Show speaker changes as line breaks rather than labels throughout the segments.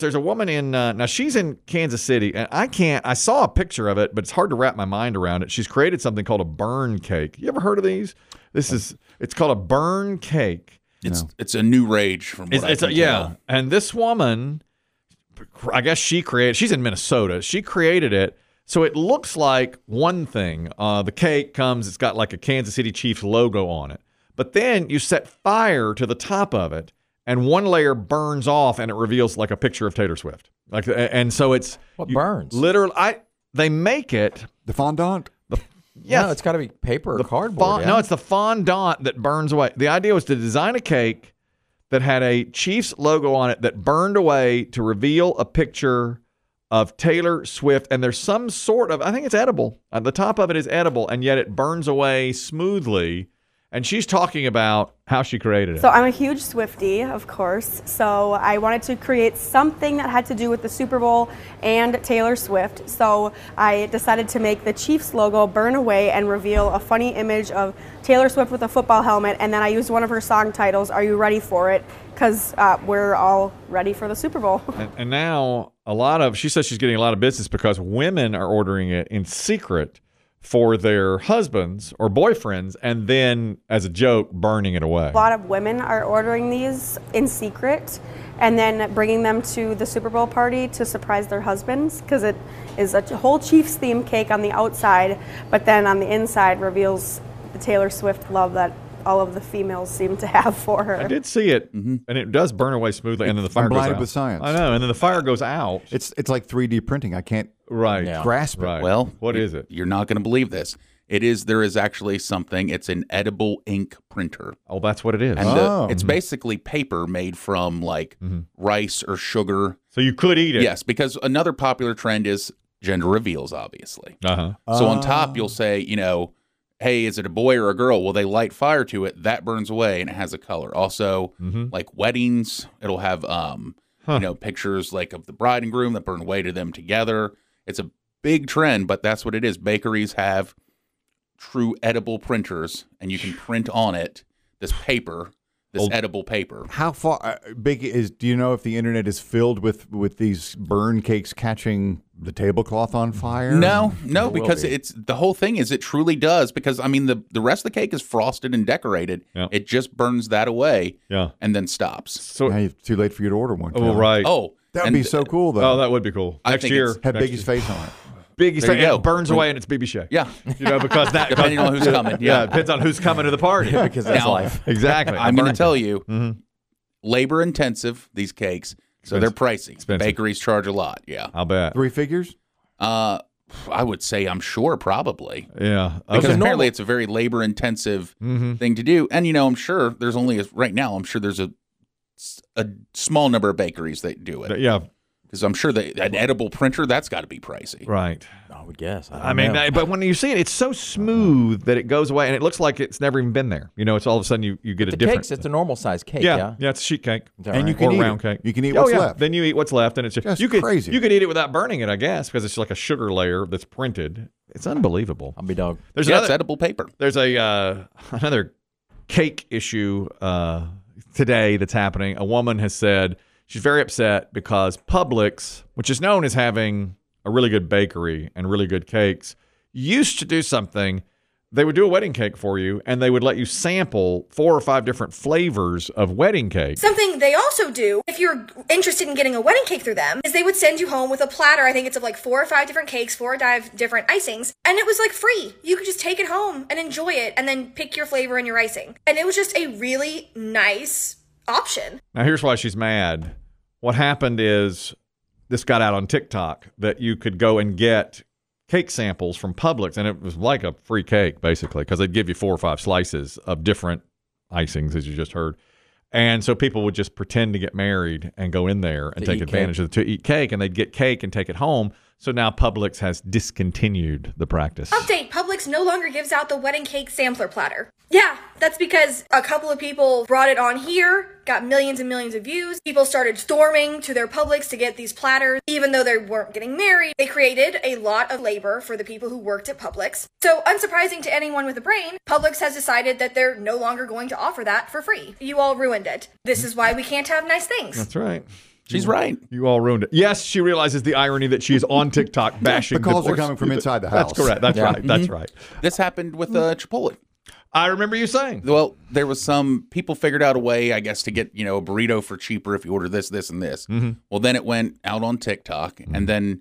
There's a woman in uh, now she's in Kansas City, and I can't. I saw a picture of it, but it's hard to wrap my mind around it. She's created something called a burn cake. You ever heard of these? This is it's called a burn cake.
It's it's a new rage from what
It's,
I
it's a,
can
yeah,
tell.
and this woman, I guess she created. She's in Minnesota. She created it, so it looks like one thing. Uh, the cake comes. It's got like a Kansas City Chiefs logo on it, but then you set fire to the top of it, and one layer burns off, and it reveals like a picture of Taylor Swift. Like, a- and so it's
What
you-
burns?
Literally, I they make it.
The fondant.
Yes,
No, it's got to be paper or cardboard.
Fon-
yeah.
No, it's the fondant that burns away. The idea was to design a cake that had a Chiefs logo on it that burned away to reveal a picture of Taylor Swift. And there's some sort of, I think it's edible. Uh, the top of it is edible, and yet it burns away smoothly. And she's talking about how she created it.
So I'm a huge Swiftie, of course. So I wanted to create something that had to do with the Super Bowl and Taylor Swift. So I decided to make the Chiefs logo burn away and reveal a funny image of Taylor Swift with a football helmet. And then I used one of her song titles, "Are You Ready for It?" Because uh, we're all ready for the Super Bowl.
and, and now a lot of, she says she's getting a lot of business because women are ordering it in secret for their husbands or boyfriends and then as a joke burning it away.
A lot of women are ordering these in secret and then bringing them to the Super Bowl party to surprise their husbands because it is a whole Chiefs theme cake on the outside, but then on the inside reveals the Taylor Swift love that all of the females seem to have for her.
I did see it, and it does burn away smoothly, and then the fire
I'm Mm-hmm. blinded
goes out.
with science.
I know, and then the fire goes out.
It's it's like 3D printing. I can't
right,
Yeah.
grasp it.
right.
Well,
what
you-
is it?
You're not going to believe this. It is there is actually something. It's an edible ink printer.
Oh, that's what it is.
And the-
Oh.
it's
mm-hmm.
basically paper made from like rice or sugar.
so you could eat it.
Yes, because another popular trend is gender reveals, obviously.
Uh huh.
So on top,
Um.
you'll say, you know, hey, is it a boy or a girl? Well, they light fire to it. That burns away and it has a color. Also,
Mm-hmm.
like weddings, it'll have, um, you know, pictures like of the bride and groom that burn away to them together. It's a big trend, but that's what it is. Bakeries have true edible printers and you can print on it this paper, this edible paper.
How far uh, big is? Do you know if the internet is filled with with these burn cakes catching the tablecloth on fire?
No, no,
It will
because
be.
it's the whole thing is it truly does because I mean the the rest of the cake is frosted and decorated.
Yeah.
It just burns that away
Yeah.
and then stops.
So,
Now it's too late for you to order one.
oh
Tyler.
right.
Oh,
That would
and
be so cool though.
Oh, that would be cool.
I
Next
think
year,
it's-
Have
next
Biggie's face on it.
Biggie's
There you
fa-
go.
it burns away, and it's BB Shea.
Yeah,
you know because that
depending on who's coming.
yeah,
Yeah,
it depends on who's coming to the party.
because that's
Now-
life.
exactly.
I'm going
Burn
to tell you,
Mm-hmm.
labor intensive these cakes, so they're pricey.
Expensive. Uh-huh.
Bakeries charge a lot. Yeah,
I'll bet.
Three figures.
uh, I would say I'm sure probably.
Yeah.
Because
Okay.
apparently it's a very labor intensive
Mm-hmm.
thing to do. And, you know, I'm sure there's only, a, right now, I'm sure there's a, a small number of bakeries that do it.
Yeah.
Because I'm sure that an edible printer, that's got to be pricey.
Right.
I would guess. I,
I mean,
know.
I- but when you see it, it's so smooth that it goes away, and it looks like it's never even been there. You know, it's all of a sudden you, you get a
the
different.
cakes. It's a normal size cake.
yeah,
Yeah.
yeah, it's a sheet cake.
It's all
And you
right.
can
or
eat
round
it.
cake.
You can eat
oh,
what's
yeah.
left.
Then you eat what's left, and it's just
Just
you could,
crazy.
You could eat it without burning it, I guess, because it's like a sugar layer that's printed. It's unbelievable.
I'll be dog.
There's
Yeah, it's
another
edible paper.
there's a uh, another cake issue uh, today that's happening. A woman has said she's very upset because Publix, which is known as having a really good bakery and really good cakes, used to do something. They would do a wedding cake for you, and they would let you sample four or five different flavors of wedding cake.
Something they also do, if you're interested in getting a wedding cake through them, is they would send you home with a platter. I think it's of like four or five different cakes, four or five different icings, and it was like free. You could just take it home and enjoy it, and then pick your flavor and your icing. And it was just a really nice option.
Now, here's why she's mad. What happened is this got out on TikTok that you could go and get cake samples from Publix, and it was like a free cake basically because they'd give you four or five slices of different icings, as you just heard. And so people would just pretend to get married and go in there and take
eat
advantage of it to eat cake, and they'd get cake and take it home. So now Publix has discontinued the practice.
Update Publix no longer gives out the wedding cake sampler platter. Yeah, that's because a couple of people brought it on here, got millions and millions of views. People started storming to their Publix to get these platters, even though they weren't getting married. They created a lot of labor for the people who worked at Publix. So, unsurprising to anyone with a brain, Publix has decided that they're no longer going to offer that for free. You all ruined it. This is why we can't have nice things.
That's right.
She's right.
You all ruined it. Yes, she realizes the irony that she's on TikTok bashing.
The calls are
divorce.
coming from inside the house.
That's correct.
Mm-hmm.
That's
Yeah.
right. That's right.
This happened with uh, Chipotle.
I remember you saying.
Well, there was some people figured out a way, I guess, to get you know a burrito for cheaper if you order this, this, and this.
Mm-hmm.
Well, then it went out on TikTok, and then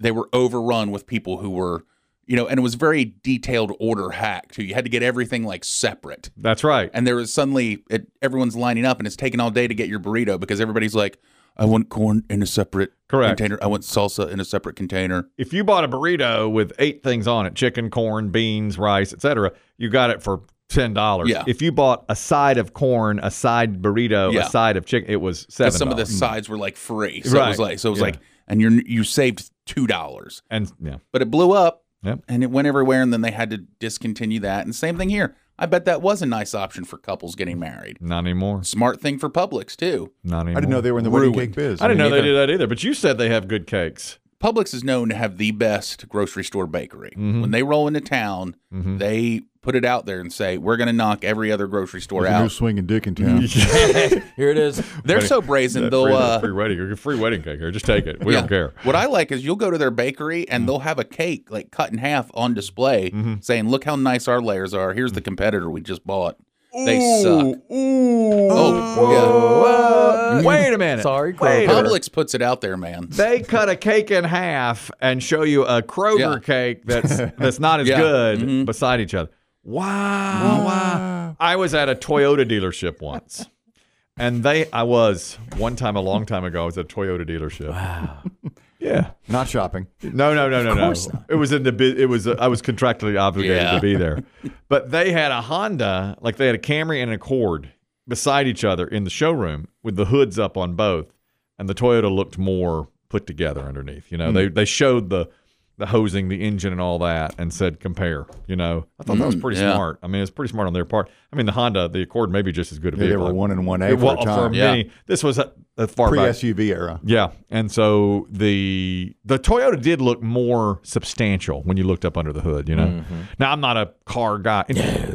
they were overrun with people who were, you know, and it was very detailed order hack too. You had to get everything like separate,
That's right.
and there was suddenly it, everyone's lining up, and it's taking all day to get your burrito because everybody's like, I want corn in a separate
Correct.
container, I want salsa in a separate container.
if you bought a burrito with eight things on it chicken corn beans rice etc you got it for ten dollars
Yeah.
if you bought a side of corn a side burrito
Yeah.
a side of chicken it was seven
Because some of the
dollars. Mm.
sides were like free, so it
Right.
was like, so it was
Yeah.
like, and you you saved two dollars.
and yeah
but it blew up
Yep.
and it went everywhere and then they had to discontinue that and same thing here i bet that was a nice option for couples getting married
not anymore
smart thing for publix too
not anymore
I didn't know they were in the
Ruined.
wedding cake biz.
I didn't know
mean,
they did that either but you said they have good cakes
publix is known to have the best grocery store bakery
Mm-hmm.
when they roll into town they put it out there and say we're going to knock every other grocery store
there's a new
out
swinging dick in town.
Here it is.
they're so brazen they'll
free,
uh,
free wedding free wedding cake here just take it we
yeah.
don't care Mm-hmm.
What I like is you'll go to their bakery and they'll have a cake like cut in half on display, saying, "Look how nice our layers are. Here's
Mm-hmm.
the competitor we just bought. They suck." Oh, yeah.
Whoa, wait a minute
Sorry,
wait a minute.
Publix puts it out there, man.
they cut a cake in half and show you a Kroger
Yeah.
cake that's that's not as
Yeah.
good beside each other. Wow, wow. I was at a Toyota dealership once. And they I was one time a long time ago, I was at a Toyota dealership. Wow. Yeah.
Not shopping.
No, no, no, no, no. It was in the bu- it was uh, I was contractually obligated
Yeah.
to be there. But they had a Honda, like they had a Camry and an Accord beside each other in the showroom with the hoods up on both, and the Toyota looked more put together underneath.
Hmm.
You know, they they showed the the hosing, the engine, and all that, and said compare. You know, I thought that
Hmm,
was pretty
yeah.
smart. I mean, it's pretty smart on their part. I mean, the Honda, the Accord, maybe just as good a
They
vehicle.
were one and one A
It
for
wa-
a time.
Yeah.
many- This was a, a far
Pre
back.
SUV era.
Yeah, and so the the Toyota did look more substantial when you looked up under the hood. You know,
Mm-hmm.
now I'm not a car guy.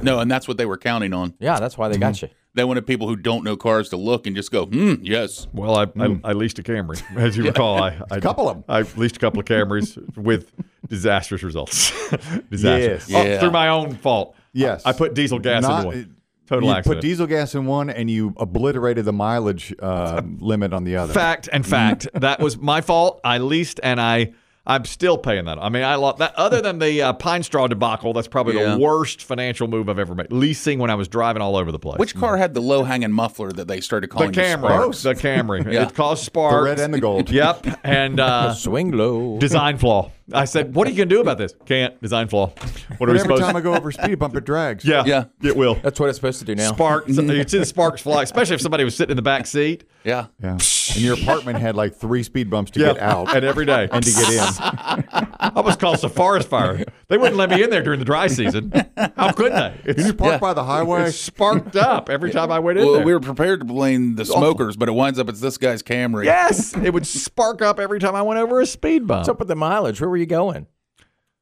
No, and that's what they were counting on.
Yeah, that's why they got you.
They wanted people who don't know cars to look and just go, hmm, yes.
well, I, I, I leased a Camry, as you recall. I, I
Mm. couple of 'em.
I leased a couple of Camrys with disastrous results. disastrous.
Yes.
Oh,
Yeah.
through my own fault.
Yes.
I put diesel gas
Not-
into one. Total
you
accident.
put diesel gas in one and you obliterated the mileage uh, limit on the other.
fact and fact that was my fault i leased and i i'm still paying that i mean i lost that other than the uh, pine straw debacle that's probably
Yeah.
the worst financial move i've ever made leasing when i was driving all over the place
Which car had the low hanging muffler that they started
the
calling the
camry Oh,
sparks?
the camry
Yeah.
it caused
The
sparks
red and the gold.
yep and uh
Swing low.
design flaw i said what are you gonna do about this can't design flaw what are
But
we
every
supposed
time
to
I go over a speed bump, it drags.
yeah
Yeah.
it will
That's what it's supposed to do now.
sparks you'd see the sparks fly especially if somebody was sitting in the back seat
Yeah.
Yeah. And your apartment had like three speed bumps to get out
and every day
and to get in.
I was caused a forest fire. They wouldn't let me in there during the dry season. How could they? It's,
You park by the highway.
it's sparked up every time I went in
Well,
there.
we were prepared to blame the smokers, but it winds up it's this guy's Camry.
yes, it would spark up every time I went over a speed bump.
What's up with the mileage? Where were you going?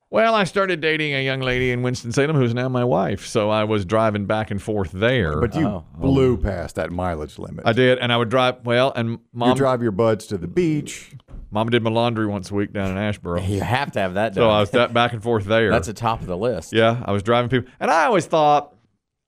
well, I started dating a young lady in Winston-Salem who's now my wife, so I was driving back and forth there.
But you blew past that mileage limit.
Oh, I did, and I would drive. Well, and
you
mom,
drive your buds to the beach.
mom did my laundry once a week down in Asheboro,
You have to have that done.
so I was that back and forth there.
That's the top of the list.
yeah, I was driving people, and I always thought,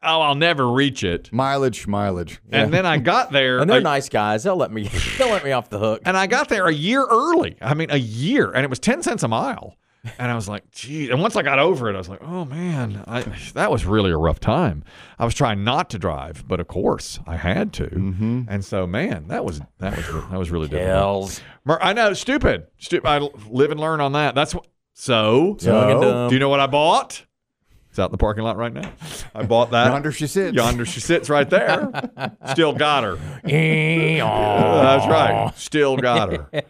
oh, I'll never reach it.
Mileage, mileage.
And then I got there,
And they're
a-
nice guys. They'll let me. They'll let me off the hook.
And I got there a year early. I mean, a year, and it was ten cents a mile. And I was like, geez. And once I got over it, I was like, oh man, I, that was really a rough time. I was trying not to drive, but of course I had to. And so, man, that was that was that was really difficult.
Hells.
Mer- I know, stupid, stupid. I l- live and learn on that. That's what. So,
So,
Young and dumb.
do you know what I bought? It's out in the parking lot right now. I bought that.
Yonder she sits.
Yonder she sits right there. Still got her. That's right. Still got her.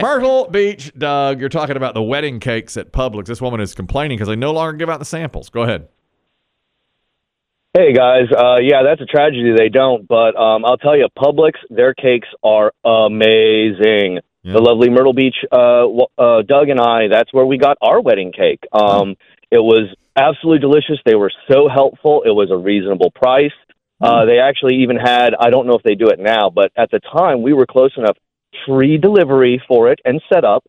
Myrtle Beach, Doug, you're talking about the wedding cakes at Publix. This woman is complaining because they no longer give out the samples. Go ahead.
Hey guys, uh, yeah, that's a tragedy they don't, but um, I'll tell you, Publix, their cakes are amazing. The lovely Myrtle Beach, uh, w- uh, Doug and I, that's where we got our wedding cake. Um, It was absolutely delicious. They were so helpful. It was a reasonable price. Uh, they actually even had, I don't know if they do it now, but at the time we were close enough, free delivery for it and set up.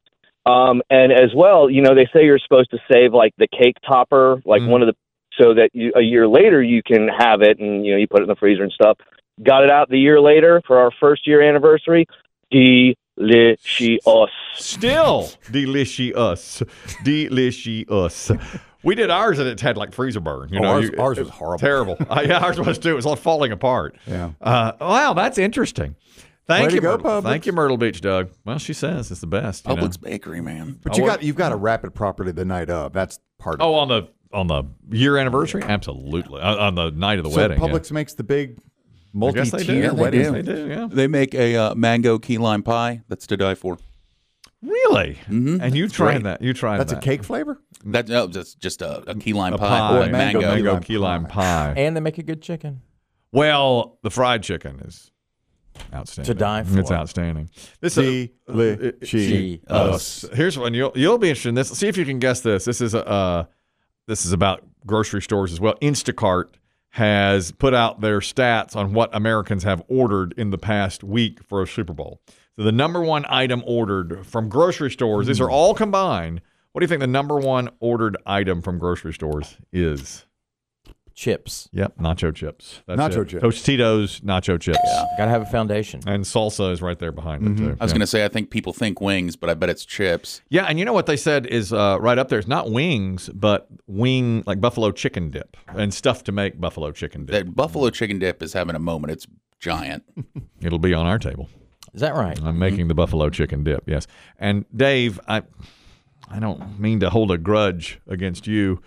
Um, and as well, you know, they say you're supposed to save like the cake topper, like one of the, so that you, a year later you can have it and, you know, you put it in the freezer and stuff. Got it out the year later for our first year anniversary. Delicious.
Still delicious. Delicious. We did ours and it had like freezer burn. You
Oh,
know,
ours-
You-
ours
it
was horrible.
Terrible. Uh, yeah, ours was too. It was all falling apart.
Yeah.
Uh, wow, that's interesting. Thank
Way to
you,
go,
Myrtle.
Publix.
Thank you, Myrtle Beach, Doug. Well, she says it's the best. you know.
Publix Bakery, man.
But you got you've got to wrap it properly the night of. That's part of
Oh, on the on the year anniversary, absolutely. On, on the night of the
it.
wedding,
so
yeah.
Publix makes the big
I guess they do.
multi-tier
they
wedding.
do.
They do, yeah.
They make a uh, mango key lime pie that's to die for.
Really? And you tried that? You tried
Mm-hmm. That's a
that?
cake flavor.
That no, that's just a, a key lime
A
pie,
pie,
but
mango.
mango.
mango
lime
key lime pie.
and they make a good chicken.
Well, the fried chicken is outstanding.
To die
It's
for.
outstanding. This is
Delicious.
us. Here's one you'll you'll be interested in this. See if you can guess this. This is a uh, this is about grocery stores as well. Instacart has put out their stats on what Americans have ordered in the past week for a Super Bowl. So the number one item ordered from grocery stores. These are
Hmm.
all combined. What do you think the number one ordered item from grocery stores is?
Chips.
Yep, nacho chips. That's
Nacho
it.
chips.
Tostitos, nacho chips.
Got to have a foundation.
And salsa is right there behind it too.
I was
Yeah.
gonna say I think people think wings, but I bet it's chips.
Yeah, and you know what they said is uh, right up there. It's not wings, but wing like buffalo chicken dip and stuff to make buffalo chicken dip.
That buffalo chicken dip is having a moment. It's giant.
It'll be on our table.
Is that right?
I'm making the buffalo chicken dip. Yes, and Dave, I I don't mean to hold a grudge against you,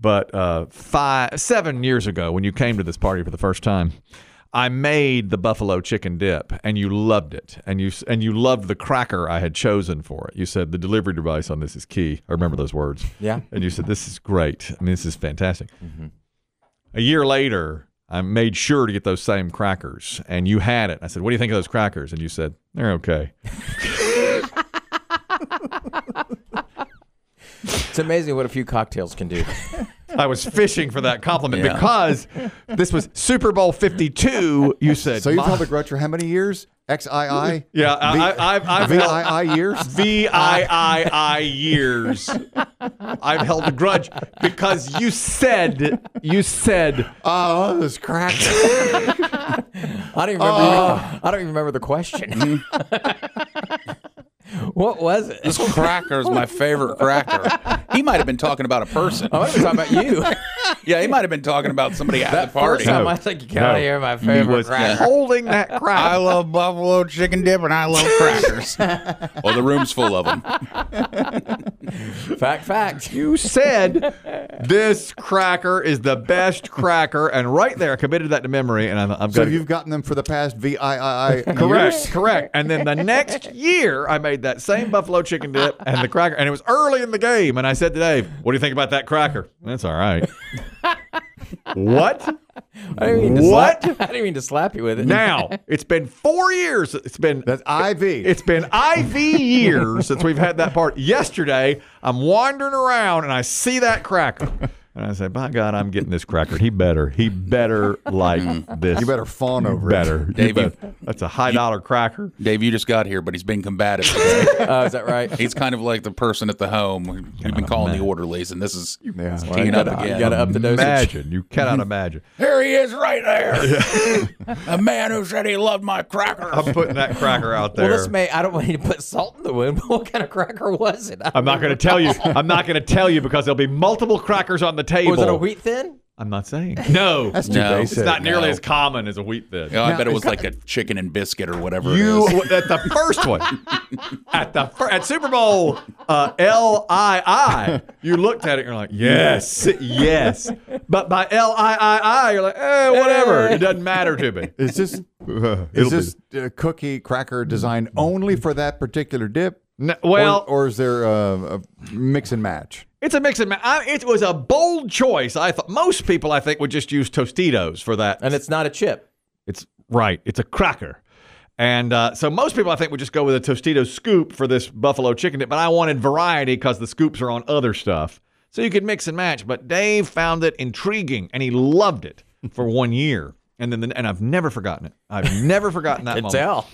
but uh, five seven years ago when you came to this party for the first time. I made the buffalo chicken dip, and you loved it, and you s- and you loved the cracker I had chosen for it. You said the delivery device on this is key. I remember those words.
Yeah.
and you said this is great. I mean, this is fantastic. A year later, I made sure to get those same crackers, and you had it. I said, "What do you think of those crackers?" And you said, "They're okay."
It's amazing what a few cocktails can do.
I was fishing for that compliment
Yeah.
because this was Super Bowl Fifty Two. You said,
So you've
"My-
held a grudge for how many years? XII?
Yeah, I-
V-
I- I've- I've held-
VII years?
V I I I years. I've held a grudge because you said you said
Oh, this crack.
I don't even remember.
Oh.
I don't even remember the question. what was it?
This cracker is my favorite cracker. He might have been talking about a person.
I was talking about you.
Yeah, he might have been talking about somebody at the party.
First time I was like, you gotta hear my favorite
was
cracker.
holding that
I
crack.
love buffalo chicken dip and I love crackers. well, the room's full of them.
Fact, fact.
You said this cracker is the best cracker, and right there, I committed that to memory, and I- I've
so
got. to
you've gotten them for the past VII years?
Correct, correct. And then the next year, I made that same buffalo chicken dip and the cracker, and it was early in the game. And I said to Dave, "What do you think about that cracker?" That's all right. what?
I didn't mean to
What?
Slap, I didn't mean to slap you with it.
Now it's been four years. It's been
That's IV.
It's been IV years since we've had that part. Yesterday, I'm wandering around and I see that cracker. And I say, by God, I'm getting this cracker. He better. He better like this.
you better fawn over
better.
it.
You
Dave, you-
bet- That's a high dollar cracker.
Dave, you just got here, but he's been combative. today.
Oh, is that right?
He's kind of like the person at the home. We've been calling the orderlies, and this is
Yeah.
it's
Well,
teeing up
gotta-
again.
gotta up the dosage.
Imagine. You cannot imagine.
Here he is, right there. a man who said he loved my cracker.
I'm putting that cracker out there.
Well, this may. I don't want you to put salt in the wound. But what kind of cracker was it? I
I'm not going to tell you. I'm not going to tell you because there'll be multiple crackers on the table.
Was it a wheat thin?
I'm not saying. No.
That's too
No.
basic.
it's not nearly
No.
as common as a wheat thin.
Oh, I bet it was like a chicken and biscuit or whatever.
You
it is.
at the first one at the fir- at Super Bowl uh, L I I. You looked at it, and you're like, yes, yes. But by L I I I, you're like, eh, whatever. It doesn't matter to me.
Is this
It'll
is this uh, cookie cracker designed only for that particular dip?
No, well,
or, or is there uh, a mix and match?
it's a mix and match. I, it was a bold choice. I thought most people, I think, would just use Tostitos for that.
and it's not a chip.
It's right. It's a cracker. And uh, so most people, I think, would just go with a Tostito scoop for this buffalo chicken dip. But I wanted variety because the scoops are on other stuff. So you could mix and match. But Dave found it intriguing and he loved it for one year. And then, the, and I've never forgotten it. I've never forgotten that
Can
moment.
tell.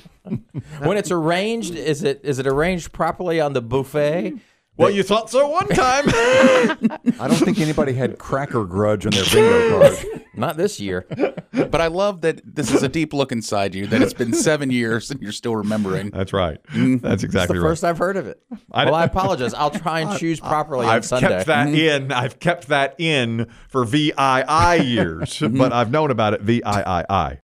when it's arranged, is it is it arranged properly on the buffet?
Well, you thought so one time.
I don't think anybody had cracker grudge on their bingo card.
Not this year.
But I love that this is a deep look inside you that it's been seven years and you're still remembering.
That's right. That's
Mm-hmm. It's the
exactly right.
first I've heard of it.
I-
well, I apologize. I'll try and choose properly on
I've
Sunday. Mm-hmm.
kept that in.
Mm-hmm.
I've kept that in for VII years, but I've known about it VIII.